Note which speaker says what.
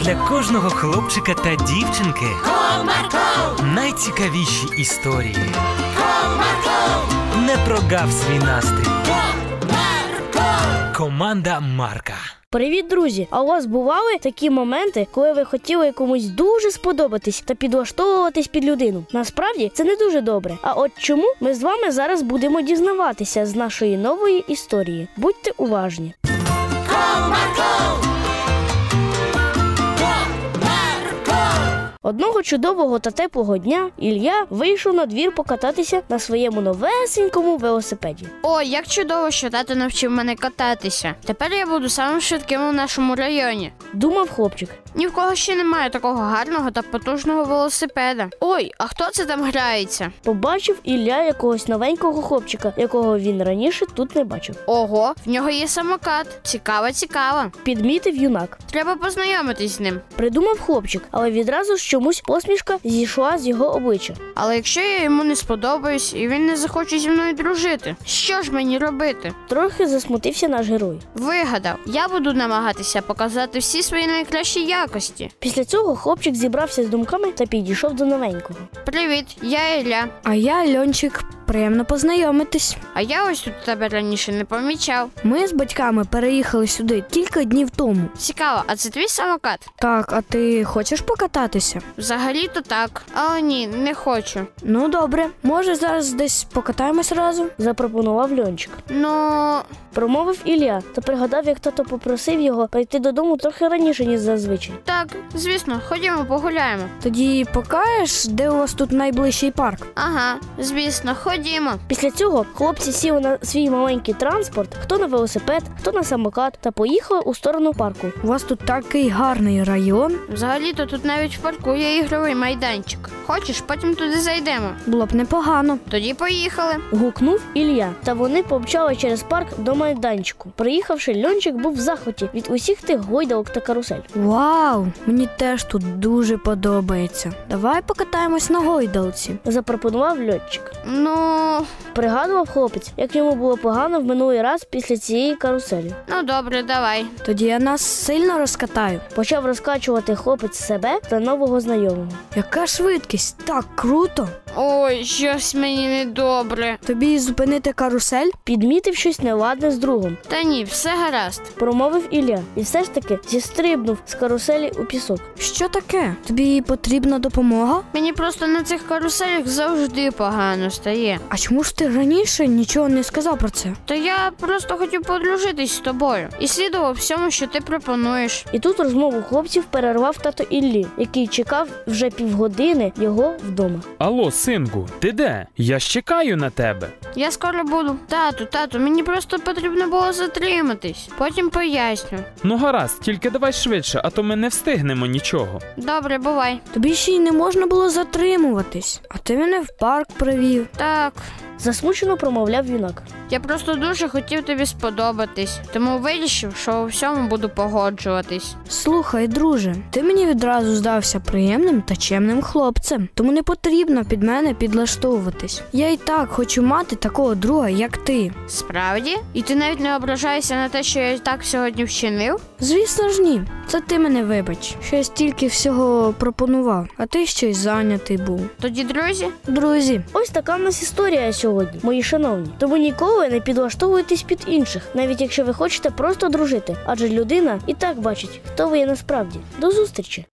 Speaker 1: для кожного хлопчика та дівчинки
Speaker 2: Comarco,
Speaker 1: найцікавіші історії.
Speaker 2: comarco,
Speaker 1: Не прогав свій настрій.
Speaker 2: comarco.
Speaker 1: Команда Марка.
Speaker 3: Привіт, друзі! А у вас бували такі моменти, коли ви хотіли комусь дуже сподобатись та підлаштовуватись під людину? Насправді це не дуже добре. А от чому ми з вами зараз будемо дізнаватися з нашої нової історії? Будьте уважні. Одного чудового та теплого дня Ілля вийшов на двір покататися на своєму новесенькому велосипеді.
Speaker 4: О, як чудово, що тато навчив мене кататися. Тепер я буду самим швидким у нашому районі.
Speaker 3: Думав хлопчик.
Speaker 4: Ні в кого ще немає такого гарного та потужного велосипеда. Ой, а хто це там грається?
Speaker 3: Побачив Ілля якогось новенького хлопчика, якого він раніше тут не бачив.
Speaker 4: Ого, в нього є самокат. Цікаво, цікаво.
Speaker 3: Підмітив юнак.
Speaker 4: Треба познайомитись з ним.
Speaker 3: Придумав хлопчик, але відразу ж чомусь посмішка зійшла з його обличчя.
Speaker 4: Але якщо я йому не сподобаюсь і він не захоче зі мною дружити, що ж мені робити?
Speaker 3: Трохи засмутився наш герой.
Speaker 4: Вигадав, я буду намагатися показати всі свої найкращі якості.
Speaker 3: Після цього хлопчик зібрався з думками та підійшов до новенького.
Speaker 4: Привіт, я Ілля.
Speaker 5: А я Льончик, приємно познайомитись.
Speaker 4: А я ось тут тебе раніше не помічав.
Speaker 5: Ми з батьками переїхали сюди кілька днів тому.
Speaker 4: Цікаво, а це твій самокат?
Speaker 5: Так, а ти хочеш покататися?
Speaker 4: Взагалі-то так. Але ні, не хочу.
Speaker 5: Ну добре, може зараз десь покатаємось разом?
Speaker 3: Запропонував льончик.
Speaker 4: Ну,
Speaker 3: Промовив Ілля та пригадав, як тато попросив його прийти додому трохи раніше, ніж зазвичай.
Speaker 4: так, звісно, ходімо погуляємо.
Speaker 5: Тоді покажеш, де у вас тут найближчий парк?
Speaker 4: Ага, звісно, ходімо.
Speaker 3: Після цього хлопці сіли на свій маленький транспорт, хто на велосипед, хто на самокат, та поїхали у сторону парку.
Speaker 5: У вас тут такий гарний район.
Speaker 4: Взагалі-то тут навіть в парку є ігровий майданчик. Хочеш, потім туди зайдемо.
Speaker 5: Було б непогано.
Speaker 4: Тоді поїхали.
Speaker 3: Гукнув Ілля, та вони помчали через парк до майданчику. Приїхавши, льончик був в захваті від усіх тих гойдалок та карусель.
Speaker 5: Вау! Мені теж тут дуже подобається. Давай покатаємось на гойдалці.
Speaker 3: Запропонував льотчик.
Speaker 4: Ну,
Speaker 3: Пригадував хлопець, як йому було погано в минулий раз після цієї каруселі.
Speaker 4: ну добре, давай.
Speaker 5: Тоді я нас сильно розкатаю.
Speaker 3: Почав розкачувати хлопець себе та нового знайомого.
Speaker 5: Яка швидкість? Так круто!
Speaker 4: Ой, щось мені недобре.
Speaker 5: Тобі зупинити карусель?
Speaker 3: Підмітив щось неладне з другом,
Speaker 4: Та ні, все гаразд.
Speaker 3: промовив Ілля, і все ж таки зістрибнув з каруселі у пісок.
Speaker 5: Що таке? Тобі потрібна допомога?
Speaker 4: Мені просто на цих каруселях завжди погано стає.
Speaker 5: А чому ж ти раніше нічого не сказав про це?
Speaker 4: То я просто хотів подружитись з тобою і слідував всьому, що ти пропонуєш.
Speaker 3: І тут розмову хлопців перервав тато Іллі, який чекав вже півгодини його вдома.
Speaker 6: Алло, синку, ти де? Я ж чекаю на тебе.
Speaker 4: Я скоро буду. Тату, тату, мені просто потрібно було затриматись. Потім поясню.
Speaker 6: Ну гаразд, тільки давай швидше, а то ми не встигнемо нічого.
Speaker 4: Добре, бувай.
Speaker 5: Тобі ще й не можна було затримуватись, а ти мене в парк привів.
Speaker 4: Так.
Speaker 3: Засмучено промовляв юнак.
Speaker 4: Я просто дуже хотів тобі сподобатись, тому вирішив, що у всьому буду погоджуватись.
Speaker 5: Слухай, друже, ти мені відразу здався приємним та чемним хлопцем, тому не потрібно під мене підлаштовуватись. Я і так хочу мати такого друга, як ти.
Speaker 4: Справді? І ти навіть не ображаєшся на те, що я так сьогодні вчинив?
Speaker 5: Звісно ж ні, це ти мене вибач, що я стільки всього пропонував, а ти ще й зайнятий був.
Speaker 4: Тоді, друзі,
Speaker 5: Друзі,
Speaker 3: Ось така в нас історія сьогодні, мої шановні. Тому ніколи не підлаштовуйтесь під інших, навіть якщо ви хочете просто дружити, адже людина і так бачить, хто ви є насправді. До зустрічі!